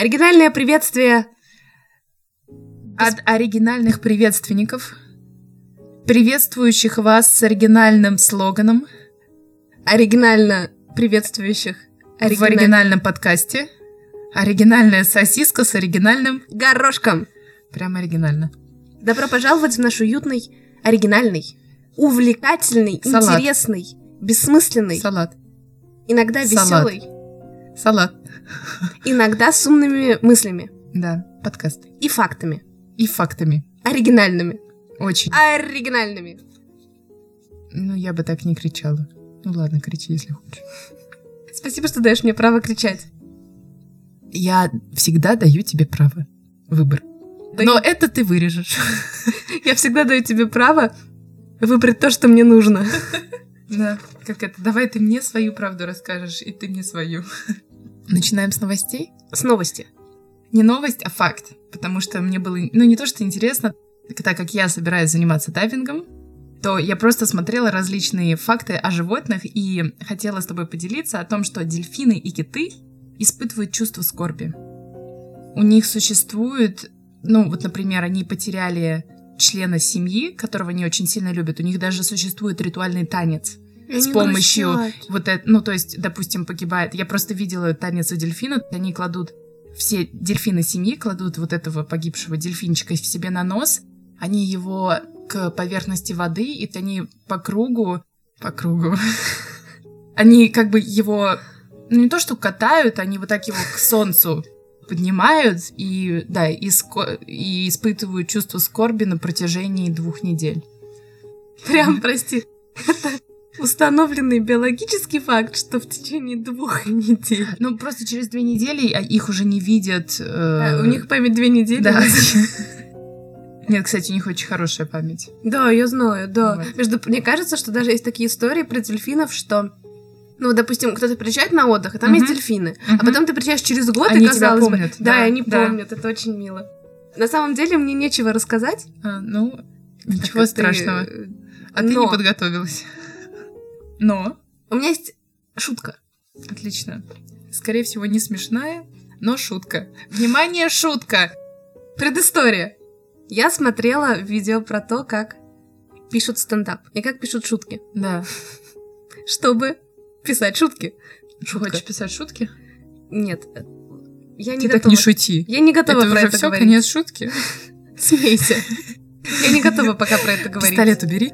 Оригинальное приветствие от оригинальных приветственников, приветствующих вас с оригинальным слоганом Оригинально приветствующих. в оригинальном подкасте. Оригинальная сосиска с оригинальным... Горошком. Прям оригинально. Добро пожаловать в наш уютный, оригинальный, увлекательный, Салат. интересный, бессмысленный, Салат. иногда Салат. веселый, Салат. иногда с умными мыслями Да, подкаст. и фактами. И фактами. Оригинальными. Очень. Оригинальными. Ну, я бы так не кричала. Ну ладно, кричи, если хочешь. Спасибо, что даешь мне право кричать. Я всегда даю тебе право. Выбор. Да Но это ты вырежешь. Я всегда даю тебе право выбрать то, что мне нужно. Да, как это? Давай ты мне свою правду расскажешь, и ты мне свою. Начинаем с новостей. С новости. Не новость, а факт. Потому что мне было, ну не то что интересно, так- так как я собираюсь заниматься дайвингом, то я просто смотрела различные факты о животных и хотела с тобой поделиться о том, что дельфины и киты испытывают чувство скорби. У них существует, ну вот, например, они потеряли члена семьи, которого они очень сильно любят. У них даже существует ритуальный танец, С помощью- вот это, ну, то есть, допустим, погибает. Я просто видела танец у дельфина. Они кладут все дельфины семьи кладут вот этого погибшего дельфинчика себе на нос. Они его к поверхности воды, и они по кругу, по кругу. Они как бы его, ну не то что катают, они вот так его к солнцу поднимают и, да, и, ско- и испытывают чувство скорби на протяжении двух недель. Прям, прости. Это установленный биологический факт, что в течение двух недель. Ну, просто через две недели а, их уже не видят. э, Да, У них память две недели. Да. Нет, кстати, у них очень хорошая память. Да, я знаю, да. Вот. Между, мне кажется, что даже есть такие истории про дельфинов, что, ну, допустим, кто-то приезжает на отдых, а там Мгм. есть дельфины, а Мгм. потом ты приезжаешь через год, Они и тебя казалось бы- помнят, да, да, и они да. помнят, это очень мило. На самом деле мне нечего рассказать. А, ну, так ничего как ты, страшного. э, А ты не но. подготовилась. Но, У меня есть шутка. отлично. Скорее всего, не смешная, но шутка. Внимание, шутка! Предыстория. Я смотрела видео про то, как пишут стендап и как пишут шутки, Да. чтобы писать шутки. Шутка. Хочешь писать шутки? Нет, э, я не Ты готова. так не шути. Я не готова это про уже это все, говорить. конец шутки. Смейся. Я не готова пока про это говорить. Пистолет убери.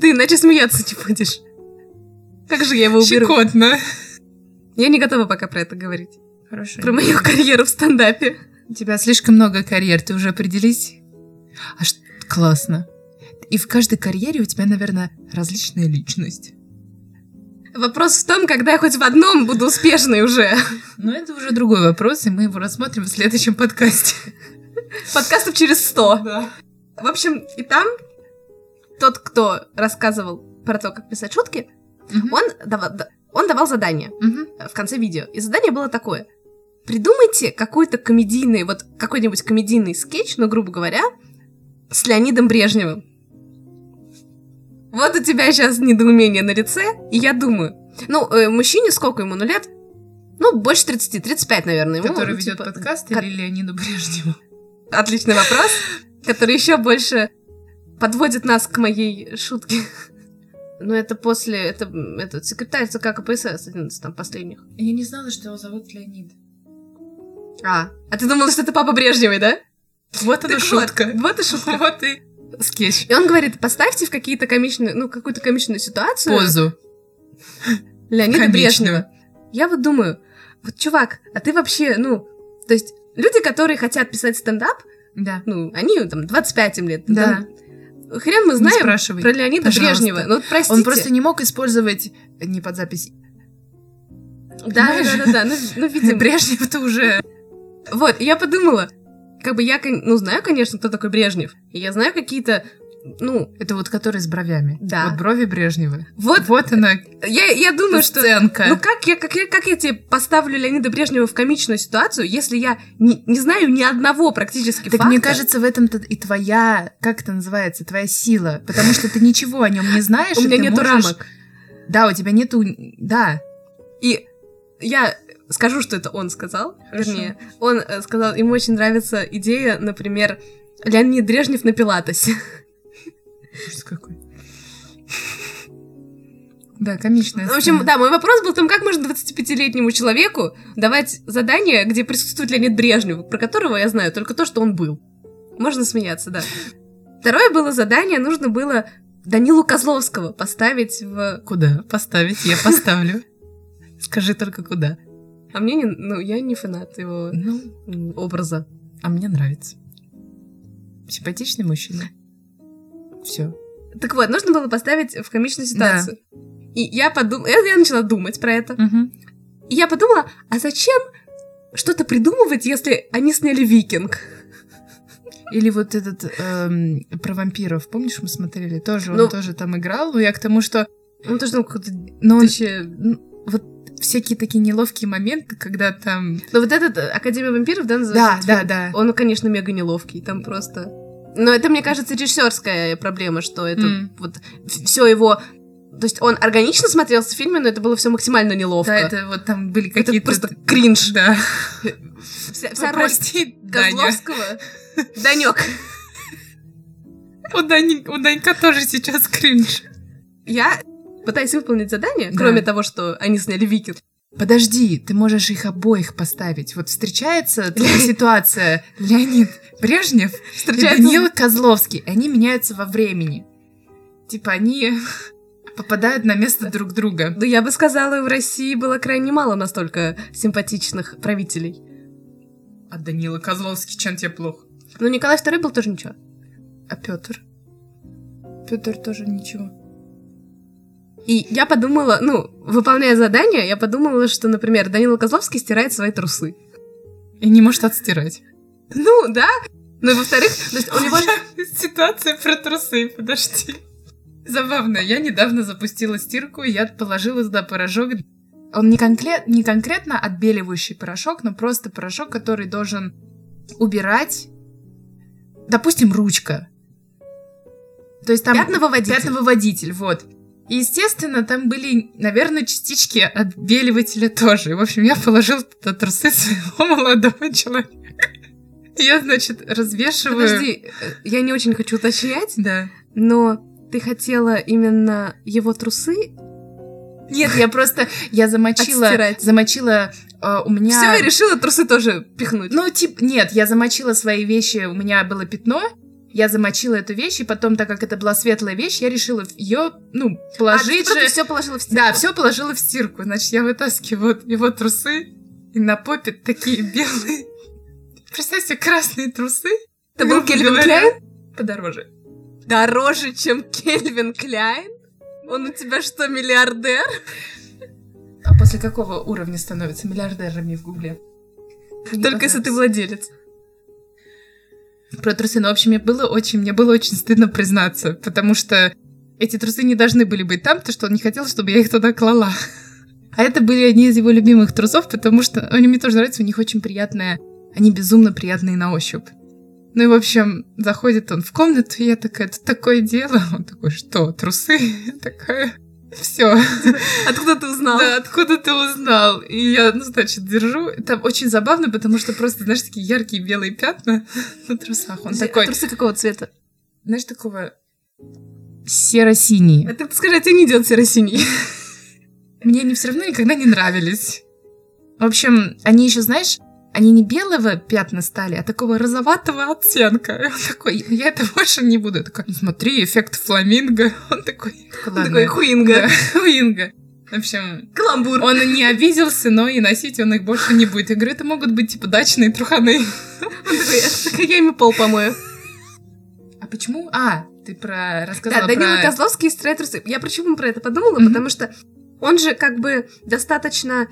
Ты иначе смеяться не будешь. Как же я его уберу? Щекотно. Я не готова пока про это говорить. Хорошо. Про мою карьеру в стендапе. У тебя слишком много карьер, ты уже определись? А ш- классно. И в каждой карьере у тебя, наверное, различная личность. Вопрос в том, когда я хоть в одном буду успешной уже. Но Ну, это уже другой вопрос, и мы его рассмотрим в следующем подкасте. Подкастов через сто. Да. В общем, и там тот, кто рассказывал про то, как писать шутки, он давал, да- он давал задание э, в конце видео. И задание было такое. Придумайте какой-то комедийный, вот какой-нибудь комедийный скетч, ну, грубо говоря, с Леонидом Брежневым. Вот у тебя сейчас недоумение на лице, и я думаю. Ну, э, мужчине сколько ему? Ну, лет? Ну, больше 30, 35, наверное. ему, Который ну, ведет типа, подкаст ко- или Леониду Брежневу? Отличный вопрос, который еще больше подводит нас к моей шутке. Но это после, это, м, этот секретарь ЦК КПСС, один из там последних. Я не знала, что его зовут Леонид. А, а ты думала, что это папа Брежневой, да? Вот она Так шутка. Вот, вот и шутка. Вот и скетч. И он говорит, поставьте в какие-то комичные, ну, какую-то комичную ситуацию Позу. Леонида Брежнева. Конечно. Я вот думаю, вот, чувак, а ты вообще, ну, то есть люди, которые хотят писать стендап, Да. ну, они там 25 им лет. Да. там, Хрен мы Не знаем спрашивай. про Леонида пожалуйста. Брежнева. Ну, вот простите. Он просто не мог использовать не под запись. Да, Понимаешь? да, да, да, ну, ну, видимо. Брежнев то уже. Вот, и я подумала, как бы я, кон- ну, знаю, конечно, кто такой Брежнев, и я знаю какие-то, ну, Это вот который с бровями. Да. Вот брови Брежнева. вот, Вот она, я, я думаю, что... сценка. Ну как я, как, я, как я тебе поставлю Леонида Брежнева в комичную ситуацию, если я не, не знаю ни одного практически так факта? мне кажется, в этом-то и твоя, как это называется, твоя сила. Потому что ты ничего о нем не знаешь. у и меня ты нету можешь- рамок. Да, у тебя нету... Да. И я скажу, что это он сказал, вернее, он э, сказал, ему очень нравится идея, например, Леонид Дрежнев на Пилатесе. Ужас какой. Да, комичная В общем, сцена. да, мой вопрос был в том, как можно 25-летнему человеку давать задание, где присутствует Леонид Брежнев, про которого я знаю только то, что он был. Можно смеяться, да. Второе было задание, нужно было Данилу Козловского поставить в... Куда? Поставить, я поставлю. Скажи только куда. А мне не... Ну, я не фанат его Ну, м, образа. а мне нравится. Симпатичный мужчина. Все. Так вот, нужно было поставить в комичную ситуацию. И я подумала... Я начала думать про это. И я подумала, а зачем что-то придумывать, если они сняли «Викинг»? Или вот этот эм, про вампиров, помнишь, мы смотрели? Тоже Ну. он тоже там играл. Но я к тому, что. Ну, то, что он какой-то Но он, тысяча- ну, вот всякие такие неловкие моменты, когда там. Но вот этот э, Академия вампиров, да, Да, называется? да, да. Он, конечно, мега неловкий, там просто... Но это, мне кажется, режиссерская проблема, что это М. вот все его... То есть он органично смотрелся в фильме, но это было все максимально неловко. Да, это вот там были Это какие-то. просто кринж. Да. Вся, вся роль Прости, Даня. Козловского. Данек. У, Дани- у Данька тоже сейчас кринж. Я пытаюсь выполнить задание, Да. кроме того, что они сняли Викинг. Подожди, ты можешь их обоих поставить. Вот встречается такая ситуация Леонид Брежнев и Встречается... Данила Козловский. Они меняются во времени. Типа они попадают на место друг друга. Да я бы сказала, в России было крайне мало настолько симпатичных правителей. А Данила Козловский, чем тебе плохо? Но Ну, Николай II был тоже ничего. А Петр? Петр тоже ничего. И я подумала, ну, выполняя задание, я подумала, что, например, Данила Козловский стирает свои трусы. И не может отстирать. Ну, да. Ну и во-вторых, то есть у него же... Ситуация про трусы, подожди. Забавно, я недавно запустила стирку, и я положила сюда порошок. Он не, конкле- не конкретно отбеливающий порошок, но просто порошок, который должен убирать, допустим, ручка. То есть там... Пятновыводитель. Пятновыводитель, вот. И, естественно, там были, наверное, частички отбеливателя тоже. И, В общем, я положила туда трусы своего молодого человека. Я, значит, развешиваю... Подожди, э, я не очень хочу уточнять, Да. но ты хотела именно его трусы? Нет, я просто... Я замочила... Отстирать. Замочила... э, у меня... Все, и решила трусы тоже пихнуть. Ну, типа, нет, я замочила свои вещи, у меня было пятно, я замочила эту вещь, и потом, так как это была светлая вещь, я решила ее, ну, а положить же... все положила в стирку. Да, все положила в стирку. Значит, я вытаскиваю вот его трусы, и на попе такие белые. Представь себе, красные трусы. Это был грубо Кельвин говоря, Кляйн? Подороже. Дороже, чем Кельвин Кляйн? Он у тебя что, миллиардер? А после какого уровня становятся миллиардерами в Гугле? Не Только если ты понравилось. владелец. про трусы, но в общем, мне было очень, мне было очень стыдно признаться, потому что эти трусы не должны были быть там, потому что он не хотел, чтобы я их туда клала. А это были одни из его любимых трусов, потому что ну, они мне тоже нравятся, у них очень приятная, они безумно приятные на ощупь. Ну и, в общем, заходит он в комнату, и я такая, это такое дело. Он такой, что, трусы? Я такая, все. Откуда ты узнал? Да, откуда ты узнал? И я, ну, значит, держу. Там очень забавно, потому что просто, знаешь, такие яркие белые пятна на трусах. Он Подожди, а такой, Трусы какого цвета? знаешь, такого серо-синий. А ты скажи, а тебе не идет серо-синий? Мне они все равно никогда не нравились. В общем, они еще, знаешь, они не белого пятна стали, а такого розоватого оттенка. И он такой, я это больше не буду. Я такой, «Ну, смотри, эффект фламинго. Он такой, Он Такой хуинга. Да, фламинго. В общем, Каламбур. он и не обиделся, но и носить он их больше не будет. Я говорю, это могут быть типа дачные труханы. Он такой, «Так я ими пол помою. А почему? А, ты про рассказала Да, Данила про... Козловский из «Строя трусы». Я почему про это подумала? Мгм. Потому что он же как бы достаточно...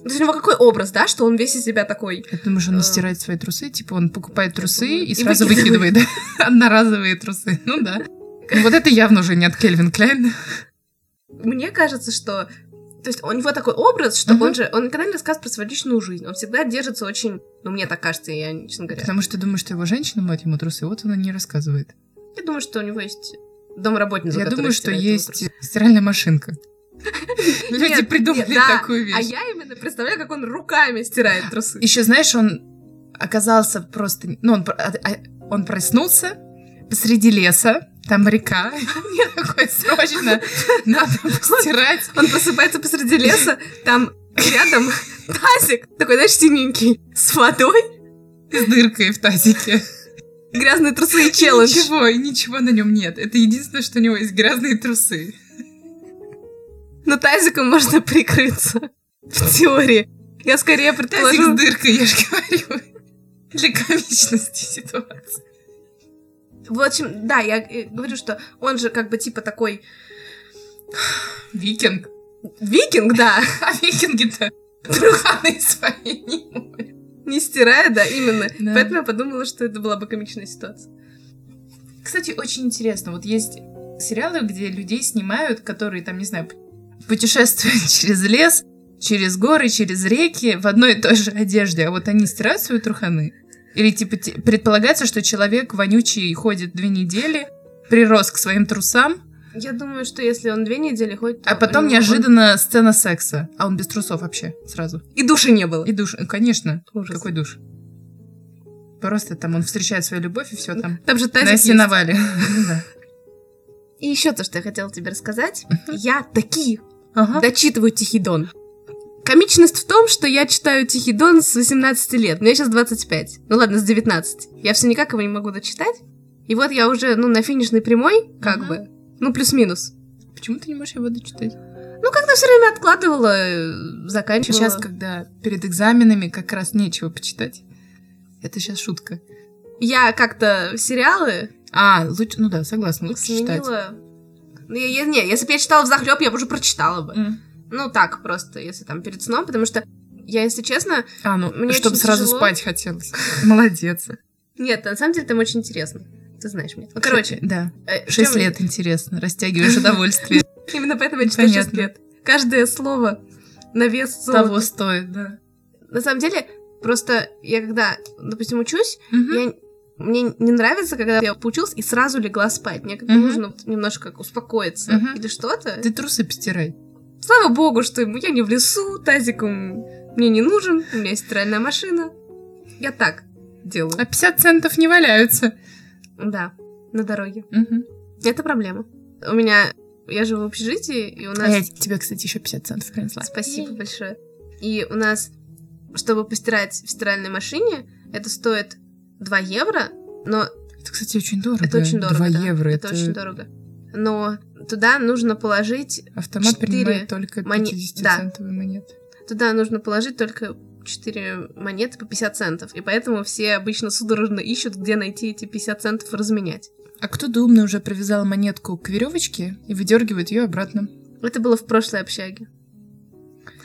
То есть у него какой образ, да, что он весь из себя такой. Я думаю, что он Э, не стирает свои трусы, типа он покупает трусы думаю, и и сразу выкидывает. выкидывает, да? Одноразовые трусы. Ну да. Ну, вот это явно уже не от Кельвин Кляйн. Мне кажется, что... То есть у него такой образ, что Мгм. он же... Он никогда не рассказывает про свою личную жизнь. Он всегда держится очень... Ну, мне так кажется, я, честно говоря. Потому что думаю, что его женщина мать ему трусы, вот она не рассказывает. Я думаю, что у него есть домработница, Я которая думаю, что стирает его есть трусы. стиральная машинка. Люди Нет, придумали нет, да. такую А вещь. я именно представляю, как он руками стирает трусы. Еще, знаешь, он оказался просто... Ну, он, про- а- а- он проснулся посреди леса, там река. Я такой, срочно надо постирать. Он просыпается посреди леса, там рядом тазик, такой, знаешь, синенький, с водой, С дыркой в тазике. грязные трусы и челлендж. Ничего, и ничего на нем нет. Это единственное, что у него есть грязные трусы. Но тазиком можно прикрыться. В теории. Я скорее Тазик предположу... с дыркой, я же говорю. Для комичности ситуации. В общем, да, я э, говорю, что он же как бы типа такой Викинг. викинг, да, А викинги-то труханы свои не моют. не стирая, да, именно. Да. Поэтому я подумала, что это была бы комичная ситуация. Кстати, очень интересно, вот есть сериалы, где людей снимают, которые там, не знаю, путешествуют через лес, через горы, через реки в одной и той же одежде, а вот они стирают свои труханы. Или типа те- предполагается, что человек вонючий ходит две недели, прирос к своим трусам, Я думаю, что если он две недели ходит... то а потом он- неожиданно сцена секса, а он без трусов вообще сразу. он- И души не было. И душ, э, конечно, Ужас. какой душ. Просто там он встречает свою любовь и все там. Там же тазик На есть. сеновале. Ну да. И еще то, что я хотела тебе рассказать. Я такие Ага. дочитываю Тихий Дон. Комичность в том, что я читаю Тихий Дон с 18 лет. Мне сейчас 25. Ну ладно, с 19. Я все никак его не могу дочитать. И вот я уже, ну, на финишной прямой, как Мгм. бы. Ну, плюс-минус. Почему ты не можешь его дочитать? Ну, как-то все время откладывала, э, заканчивала. Сейчас, когда перед экзаменами как раз нечего почитать. Это сейчас шутка. Я как-то сериалы А, лучше, ну да, согласна, лучше читать. сменила... Ну, я, я- не, если бы я читала в захлеб, я бы уже прочитала бы. М. Ну, так просто, если там перед сном, потому что я, если честно, А, ну, Мне чтобы очень сразу тяжело. спать хотелось. Молодец. Нет, на самом деле там очень интересно. Ты знаешь меня. Ну, короче, Да, э, шесть чем- лет, интересно, растягиваешь удовольствие. Именно поэтому я читаю 6 Понятно. лет. Каждое слово на вес золота. Того стоит, да. На самом деле, просто я когда, допустим, учусь, Мгм. я- мне не нравится, когда я поучилась и сразу легла спать. Мне как-то Мгм. нужно вот немножко как успокоиться Мгм. или что-то. Ты трусы постирай. Слава богу, что я не в лесу, тазиком мне не нужен, у меня есть стиральная машина. Я так делаю. А 50 центов не валяются. Да, на дороге. Мгм. Это проблема. У меня... Я живу в общежитии, и у А нас... я тебе, кстати, еще 50 центов принесла. Спасибо большое. И у нас, чтобы постирать в стиральной машине, это стоит 2 евро, но Это, кстати, очень дорого. это очень дорого. 2 да. евро. Это, очень дорого. Но туда нужно положить, Автомат Четыре принимает только моне- 50-центовые монеты. туда нужно положить только 4 монеты по 50 центов. И поэтому все обычно судорожно ищут, где найти эти 50 центов и разменять. А кто-то умный уже привязал монетку к веревочке и выдергивает ее обратно. Это было в прошлой общаге.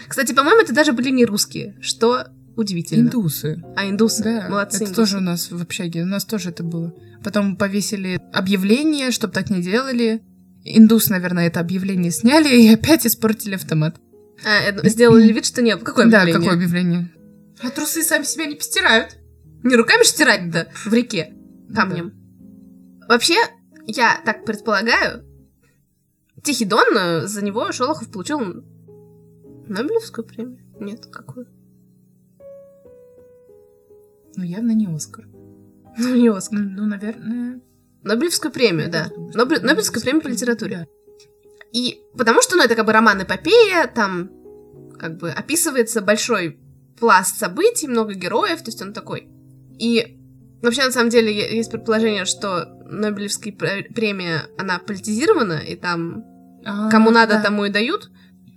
Кстати, по-моему, это даже были не русские, что удивительно. Индусы. А индусы. Да. Молодцы. Это индусы. тоже у нас в общаге. У нас тоже это было. Потом повесили объявление, чтобы так не делали. Индус, наверное, это объявление сняли и опять испортили автомат. А, это- сделали вид, что не было. Какое да, объявление? какое объявление? А трусы сами себя не постирают. Не руками же стирать-то в реке камнем. Вообще, я так предполагаю, Тихий Дон, э, за него Шолохов получил Нобелевскую премию? Нет, какую? Ну, явно не Оскар. Ну, не Оскар. Ну, ну, наверное... Нобелевскую премию, да. Нобелевскую Нобель- премию. Нобелевскую премию по литературе. И потому что, ну, это как бы роман-эпопея, там как бы описывается большой пласт событий, много героев, то есть он такой. И вообще, на самом деле, е- есть предположение, что Нобелевская пр- премия, она политизирована, и там А, кому надо, да. тому и дают.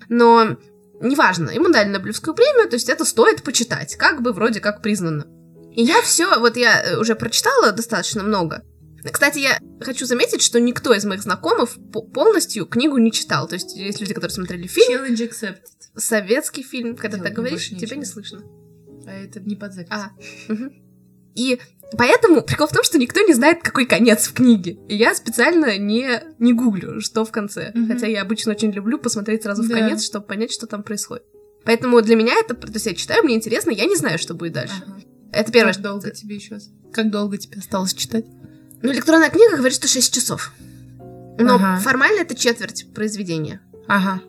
Но неважно, ему дали Нобелевскую премию, то есть это стоит почитать, как бы вроде как признано. И я все, вот я э, уже прочитала достаточно много. Кстати, я хочу заметить, что никто из моих знакомых по- полностью книгу не читал. То есть есть люди, которые смотрели фильм, Challenge accepted. советский фильм, когда Делать ты мне говоришь, больше тебя не нечего. слышно. А это не под запись. А. Мгм. И поэтому прикол в том, что никто не знает, какой конец в книге. И я специально не, не гуглю, что в конце. Мгм. Хотя я обычно очень люблю посмотреть сразу в Да. конец, чтобы понять, что там происходит. Поэтому для меня это... То есть я читаю, мне интересно, я не знаю, что будет дальше. Ага. Это первое. Как что- А, долго тебе еще? Как долго тебе осталось читать? Ну, электронная книга говорит, что 6 часов. Но Ага. формально это четверть произведения. Ага.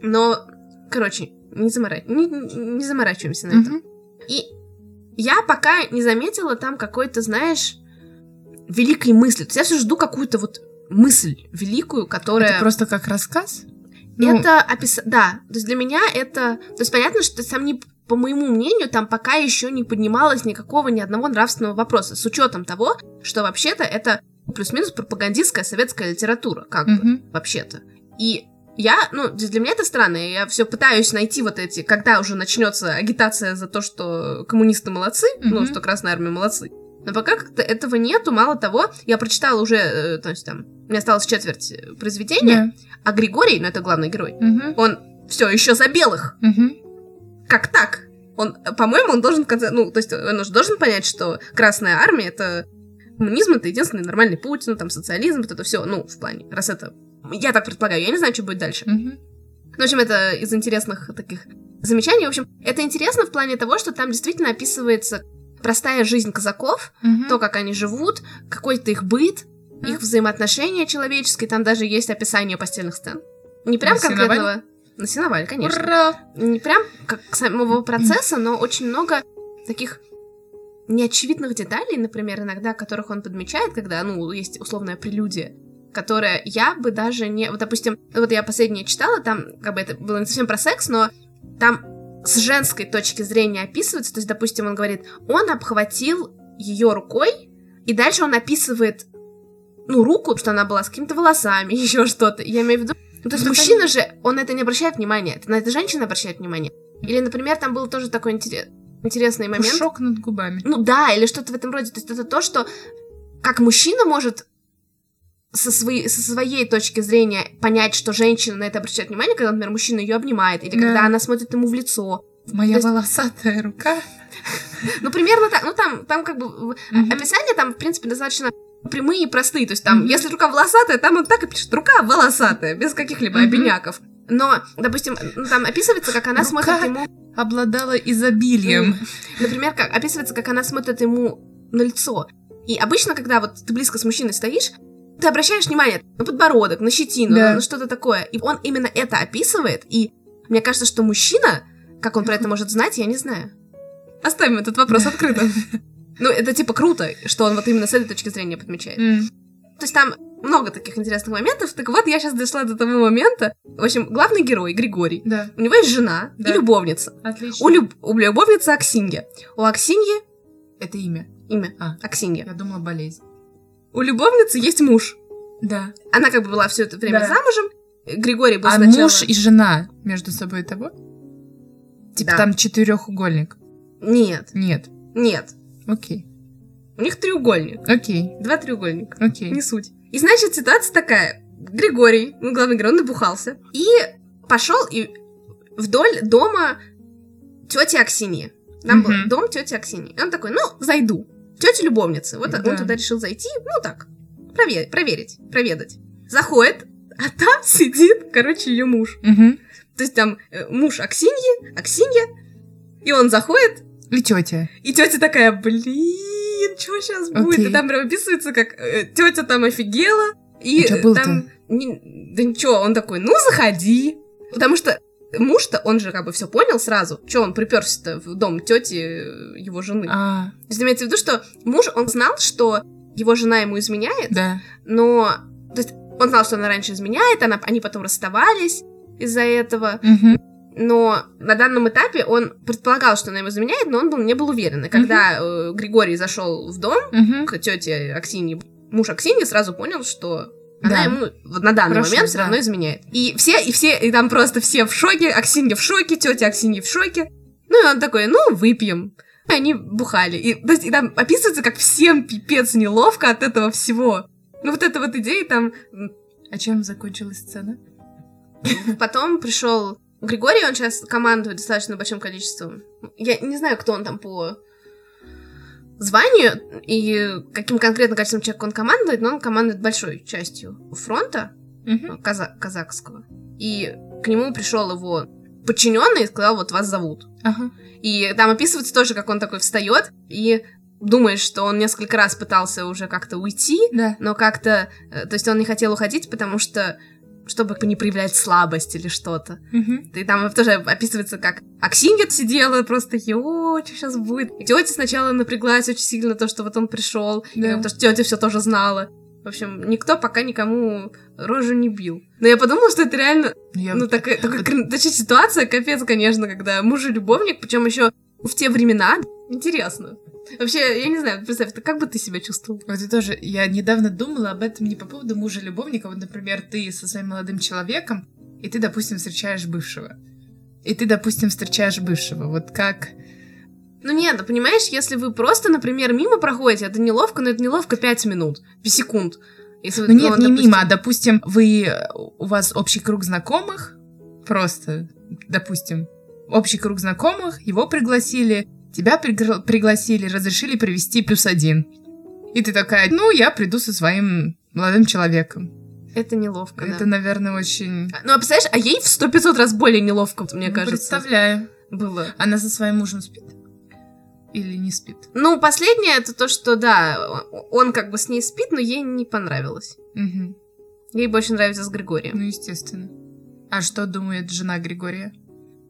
Но, короче, не, замора... не, не заморачиваемся на этом. И я пока не заметила там какой-то, знаешь, великой мысли. То есть я все жду какую-то вот мысль великую, которая... Это просто как рассказ? Ну, Это опис... Да, то есть для меня это... То есть понятно, что сам не... По моему мнению, там пока еще не поднималось никакого ни одного нравственного вопроса, с учетом того, что вообще-то это плюс-минус пропагандистская советская литература, как бы, мгм. вообще-то. И я, ну, то есть для меня это странно, и я все пытаюсь найти вот эти, когда уже начнется агитация за то, что коммунисты молодцы, ну, Мгм. что Красная Армия молодцы. Но пока как-то этого нету, мало того, я прочитала уже, э, то есть там, мне осталось четверть э, произведения, а Да. Григорий, ну это главный герой, Мгм. он все еще за белых. Мгм. Как так? Он, э, по-моему, он должен в конце, ну, то есть он уже должен понять, что Красная Армия это коммунизм, это единственный нормальный путь, ну там социализм, вот это все, ну, в плане, раз это... Я так предполагаю, я не знаю, что будет дальше. Мгм. Ну, в общем, это из интересных таких замечаний. В общем, это интересно в плане того, что там действительно описывается простая жизнь казаков, Мгм. то, как они живут, какой-то их быт, их взаимоотношения человеческие, там даже есть описание постельных сцен. Не прям На сеновале? конкретного... На сеновале, конечно. Ура! Не прям как самого процесса, но очень много таких неочевидных деталей, например, иногда, которых он подмечает, когда, ну, есть условная прелюдия, которая я бы даже не... Вот, допустим, вот я последнее читала, там, как бы это было не совсем про секс, но там с женской точки зрения описывается, то есть, допустим, он говорит, он обхватил ее рукой, и дальше он описывает, ну, руку, что она была с какими-то волосами, еще что-то. Я имею в виду... Ну, то есть Ну, мужчина же, он на это не обращает внимания, на это женщина обращает внимание. Или, например, там был тоже такой интерес- интересный момент. Пушок над губами. Ну да, или что-то в этом роде. То есть это то, что как мужчина может со, своей- со своей точки зрения понять, что женщина на это обращает внимание, когда, например, мужчина ее обнимает, или Да. когда она смотрит ему в лицо. Моя То есть- волосатая рука. Ну, примерно так. Ну, там, там как бы в- Мгм. описания там, в принципе, достаточно прямые и простые. То есть там, Мгм. если рука волосатая, там он так и пишет, рука волосатая, без каких-либо Мгм. обиняков. Но, допустим, ну, там описывается, как она Рука смотрит ему... Обладала изобилием. Например, как описывается, как она смотрит ему на лицо. И обычно, когда вот ты близко с мужчиной стоишь, ты обращаешь внимание на подбородок, на щетину, Да. на, на что-то такое. И он именно это описывает. И мне кажется, что мужчина, как он про это может знать, я не знаю. Оставим этот вопрос открытым. Ну, это типа круто, что он вот именно с этой точки зрения подмечает. М. То есть там много таких интересных моментов. Так вот, я сейчас дошла до того момента. В общем, главный герой, Григорий, Да, у него есть жена и Да. любовница. отлично. У, люб- у любовницы Аксинья. У Аксиньи Это имя. имя. А. Аксинья. Я думала болезнь. У любовницы есть муж. Да. Она как бы была все это время Да. замужем. Григорий был А сначала... муж и жена между собой того? Типа Да. там четырехугольник. Нет, Нет. нет. Окей. У них треугольник. Окей. Два треугольника. Окей. Не суть. И значит, ситуация такая. Григорий, ну, главный герой, он набухался. И пошел и вдоль дома тети Аксиньи. Там Мгм. был дом тети Аксиньи. И он такой, ну, зайду. Тетя любовницы. Вот Да. он туда решил зайти, ну, так, прове- проверить, проведать. Заходит, а там сидит, короче, ее муж. Мгм. То есть там э, муж Аксиньи, Аксинья, и он заходит, И тетя. и тетя такая, блин, что сейчас будет? Окей. И там прям описывается, как тетя там офигела. И э, И А чё было-то? там... ни- да ничего, он такой, ну заходи. Потому что муж-то, он же как бы все понял сразу. Че он приперся-то в дом тети его жены? А, То есть имеется в виду, что муж, он знал, что его жена ему изменяет, да. но... То есть он знал, что она раньше изменяет, она, они потом расставались из-за этого. Мгм. Но на данном этапе он предполагал, что она ему заменяет, но он был, не был уверен. И когда э, Григорий зашел в дом Мгм. к тете Аксиньи, муж Аксиньи сразу понял, что она Да. ему вот на данный Хорошо, момент все да. равно изменяет. И все, и все, и там просто все в шоке, Аксинья в шоке, тетя Аксинья в шоке. Ну и он такой, ну, выпьем. И они бухали. И, то есть, и там описывается, как всем пипец неловко от этого всего. Ну вот эта вот идея там... м, А чем закончилась сцена? Потом пришел Григорий, он сейчас командует достаточно большим количеством. Я не знаю, кто он там по званию и каким конкретно количеством человек он командует, но он командует большой частью фронта ну, Мгм. каза- казахского. И к нему пришел его подчиненный и сказал, вот вас зовут. Ага. И там описывается тоже, как он такой встает и думает, что он несколько раз пытался уже как-то уйти, Да. но как-то, э, то есть он не хотел уходить, потому что чтобы не проявлять слабость или что-то. И там тоже описывается, как Аксинья сидела, просто ё, что сейчас будет. И тетя сначала напряглась очень сильно, то, что вот он пришел, Да. потому что тетя все тоже знала. В общем, никто пока никому рожу не бил. Но я подумала, что это реально, Я- ну, такая, такая крин- точнее, ситуация, капец, конечно, когда муж и любовник, причем еще в те времена. Интересно. Вообще, я не знаю, представь, ты- как бы ты себя чувствовал? Вот я тоже, я недавно думала об этом не по поводу мужа-любовника. Вот, например, ты со своим молодым человеком, и ты, допустим, встречаешь бывшего. И ты, допустим, встречаешь бывшего. Вот как... Ну нет, ну, понимаешь, если вы просто, например, мимо проходите, это неловко, но это неловко 5 минут, 5 секунд. Если вы- Ну нет, он, не допустим, мимо, а, допустим, вы... У вас общий круг знакомых, просто, допустим, общий круг знакомых, его пригласили, тебя пригр- пригласили, разрешили привести плюс один. И ты такая, ну, я приду со своим молодым человеком. Это неловко, Это, да. наверное, очень... Ну, а представляешь, а ей в сто пятьсот раз более неловко, мне Ну, кажется, Представляю. было. Она со своим мужем спит? Или не спит? Ну, последнее, это то, что, да, о- он как бы с ней спит, но ей не понравилось. Мгм. Ей больше нравится с Ну, Григорием. естественно. А что думает жена Григория?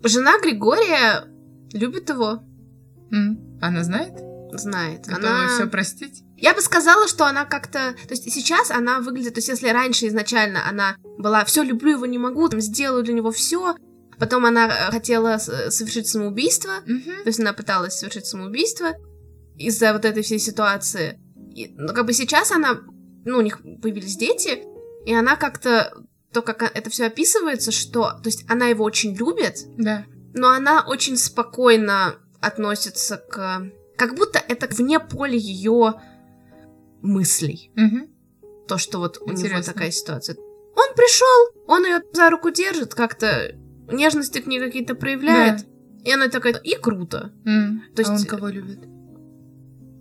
Жена Григория любит его, М? Она знает? знает. Готова Она... все простить? Я бы сказала, что она как-то... То есть сейчас она выглядит... То есть если раньше изначально она была «все, люблю его, не могу», там, «сделаю для него все», потом она э, хотела с- совершить самоубийство, то есть она пыталась совершить самоубийство из-за вот этой всей ситуации. И, ну, как бы сейчас она... Ну, у них появились дети, и она как-то... То, как о- это все описывается, что... То есть она его очень любит, Да. но она очень спокойно относится к... Как будто это вне поля ее мыслей. Мгм. То, что вот у него Интересно. такая ситуация. Он пришел, он ее за руку держит как-то, нежности к ней какие-то проявляет. И она такая, и круто. Да. М. То есть- А он кого любит?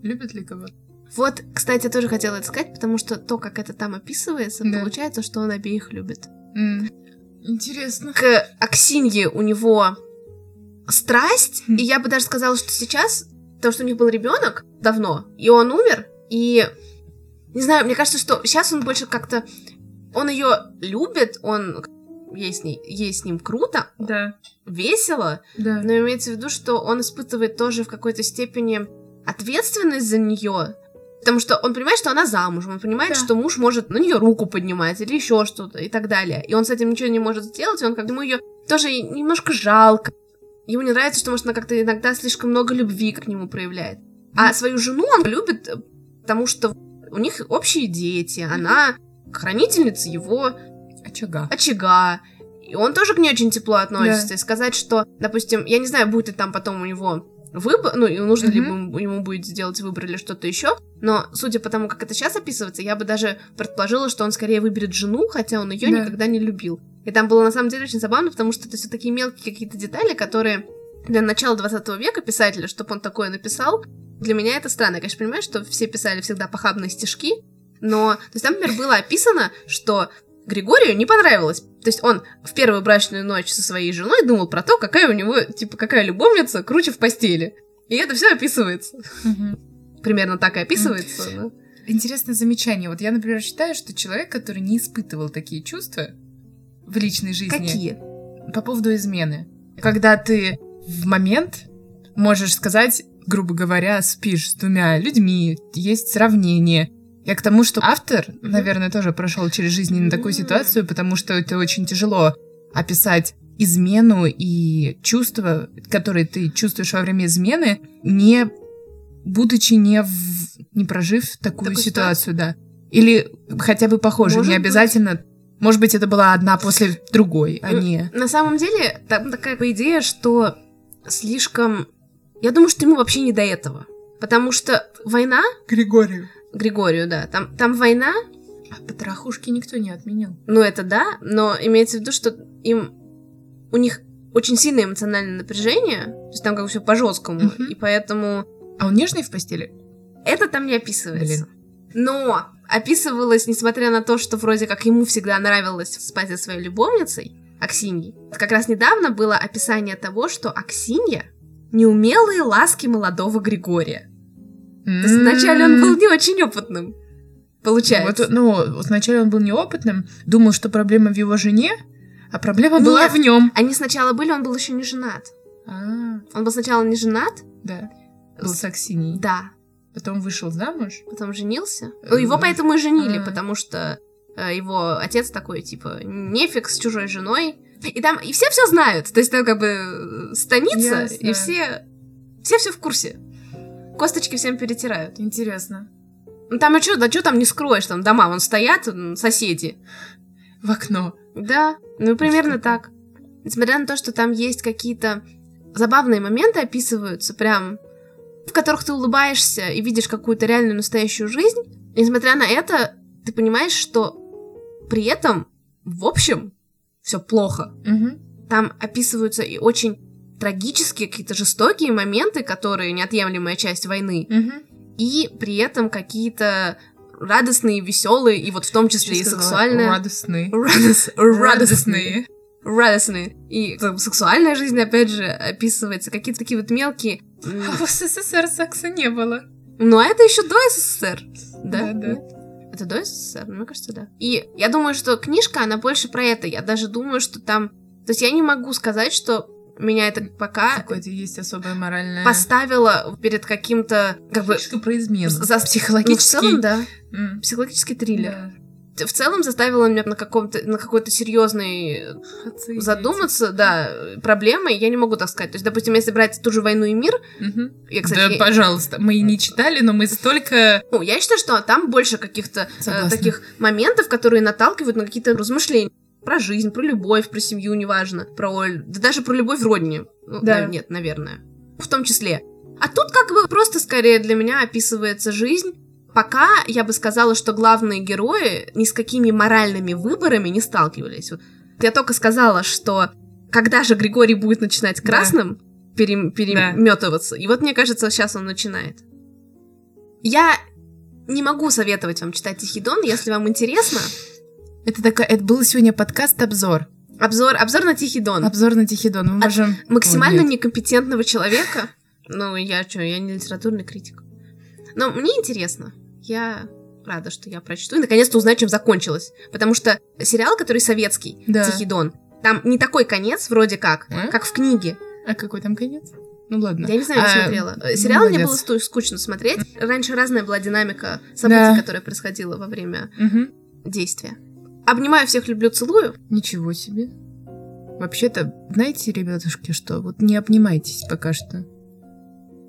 Любит ли кого? Вот, кстати, я тоже хотела это сказать, потому что то, как это там описывается, Да. получается, что он обеих любит. М. Интересно. к Аксинье у него страсть, и я бы даже сказала, что сейчас, потому что у них был ребенок давно, и он умер, и не знаю, мне кажется, что сейчас он больше как-то, он ее любит, он ей с ней, ей с ним круто, Да. весело, Да. но имеется в виду, что он испытывает тоже в какой-то степени ответственность за нее. Потому что он понимает, что она замужем, он понимает, Да. что муж может на нее руку поднимать или еще что-то и так далее. И он с этим ничего не может сделать, и он как бы ему ее тоже и немножко жалко. Ему не нравится, что, может, она как-то иногда слишком много любви к нему проявляет. А свою жену он любит, э, потому что у них общие дети, она хранительница его Очага. очага. И он тоже к ней очень тепло относится. И сказать, что, допустим, я не знаю, будет ли там потом у него выбор, ну, и нужно ли Мгм. ему- ему будет сделать выбор или что-то еще, но, судя по тому, как это сейчас описывается, я бы даже предположила, что он скорее выберет жену, хотя он ее Да. никогда не любил. И там было, на самом деле, очень забавно, потому что это все такие мелкие какие-то детали, которые для начала 20 века писателя, чтобы он такое написал, для меня это странно. Я, конечно, понимаю, что все писали всегда похабные стишки, но, то есть там, например, было описано, что Григорию не понравилось. То есть он в первую брачную ночь со своей женой думал про то, какая у него, типа, какая любовница круче в постели. И это все описывается. Мгм. Примерно так и описывается. да. Интересное замечание. Вот я, например, считаю, что человек, который не испытывал такие чувства в личной жизни, Какие? По поводу измены. Когда ты в момент можешь сказать, грубо говоря, спишь с двумя людьми, есть сравнение. Я к тому, что автор, наверное, тоже прошел через жизненно такую М. ситуацию, потому что это очень тяжело описать измену и чувства, которые ты чувствуешь во время измены, не будучи не, в, не прожив такую Такую ситуацию, да. Или хотя бы похоже, Может не быть. обязательно. Может быть, это была одна после другой, а М, не... На самом деле, там такая идея, что слишком... Я думаю, что ему вообще не до этого. Потому что война, Григорию. Григорию, да, там, там война, А потрохушки никто не отменил. Ну, это да, но имеется в виду, что им у них очень сильное эмоциональное напряжение, то есть там как бы все по-жесткому, Мгм. и поэтому А он нежный в постели? это там не описывается. Но описывалось, несмотря на то, что вроде как ему всегда нравилось спать со своей любовницей, Аксиньей. Как раз недавно было описание того, что Аксинья неумелые М-м. ласки молодого Григория. То есть вначале он был не очень опытным. получается. Ну, Вот, ну, сначала он был неопытным, думал, что проблема в его жене, а проблема была Нет. в нем. Они сначала были, он был еще не женат. А, Он был сначала не женат, да. Был С- саксиний. да, Потом вышел замуж. потом женился. Э, Ну, Его ну, поэтому и женили, а. потому что э, его отец такой, типа, нефиг с чужой женой. И там, и все все знают. То есть там как бы э, станица, Ясно. и все, все все в курсе. Косточки всем перетирают. Интересно. Ну там, а что, да что там не скроешь, там дома, вон стоят, м, соседи. В окно. Да, ну примерно что-то. так. Несмотря на то, что там есть какие-то забавные моменты описываются, прям в которых ты улыбаешься и видишь какую-то реальную настоящую жизнь, несмотря на это, ты понимаешь, что при этом, в общем, все плохо. Мгм. Там описываются и очень трагические какие-то жестокие моменты, которые неотъемлемая часть войны, Мгм. и при этом какие-то радостные, веселые, и вот в том числе и Сейчас сказала, сексуальные. Радостные. Радос- Радостные Радостные. радостные. И там, сексуальная жизнь, опять же, описывается. Какие-то такие вот мелкие. м, А в СССР секса не было. Ну, а это еще до СССР. Да? Да, да. Нет? Это до СССР? Ну, Мне кажется, да. И я думаю, что книжка, она больше про это. Я даже думаю, что там... То есть я не могу сказать, что меня это пока А Какое-то есть особое э, моральное... поставило перед каким-то... Как бы... Книжка про измену. За психологический- Ну, в целом, да. М. Психологический триллер. Триллер. В целом заставило меня на каком-то на какой-то серьезной Оценить. задуматься, да, проблемой, я не могу так сказать. То есть, допустим, если брать ту же «Войну и мир», Мгм. я, да, кстати, я- пожалуйста, мы и не читали, но мы столько... э, ну, я считаю, что там больше каких-то э, Согласна. таких моментов, которые наталкивают на какие-то размышления. Про жизнь, про любовь, про семью, неважно, про Оль, да даже про любовь в родине. Ну, Да. нав- нет, наверное. В том числе. А тут как бы просто скорее для меня описывается жизнь. Пока я бы сказала, что главные герои ни с какими моральными выборами не сталкивались. Вот я только сказала, что когда же Григорий будет начинать Да. красным перем- переметываться, и вот мне кажется, сейчас он начинает. Я не могу советовать вам читать Тихий Дон, если вам интересно. Это такая... Это был сегодня подкаст-обзор. Обзор, обзор на Тихий Дон. Обзор на Тихий Дон. Мы можем... Максимально О, нет. некомпетентного человека. Ну, я что, я не литературный критик. Но мне интересно. Я рада, что я прочту и наконец-то узнаю, чем закончилось. Потому что сериал, который советский, Да. Тихий Дон, там не такой конец вроде как, М? как в книге. А какой там конец? Ну ладно. Я не знаю, не А, смотрела. Э, ну, Сериал мне молодец. было сту- скучно смотреть. Раньше разная была динамика событий, Да. которая происходила во время Мгм. действия. Обнимаю всех, люблю, целую. Ничего себе. Вообще-то, знаете, ребятушки, что? Вот не обнимайтесь пока что.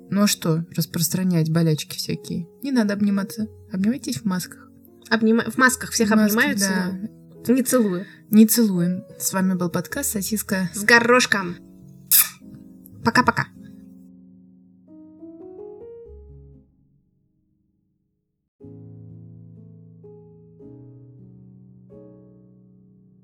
Ну а что? Распространять болячки всякие. Не надо обниматься. Обнимайтесь в масках. Обнимаю. В масках всех В масках, обнимаю, да. целую. Не целую. Не целуем. С вами был подкаст «Сосиска С горошком. Пока-пока.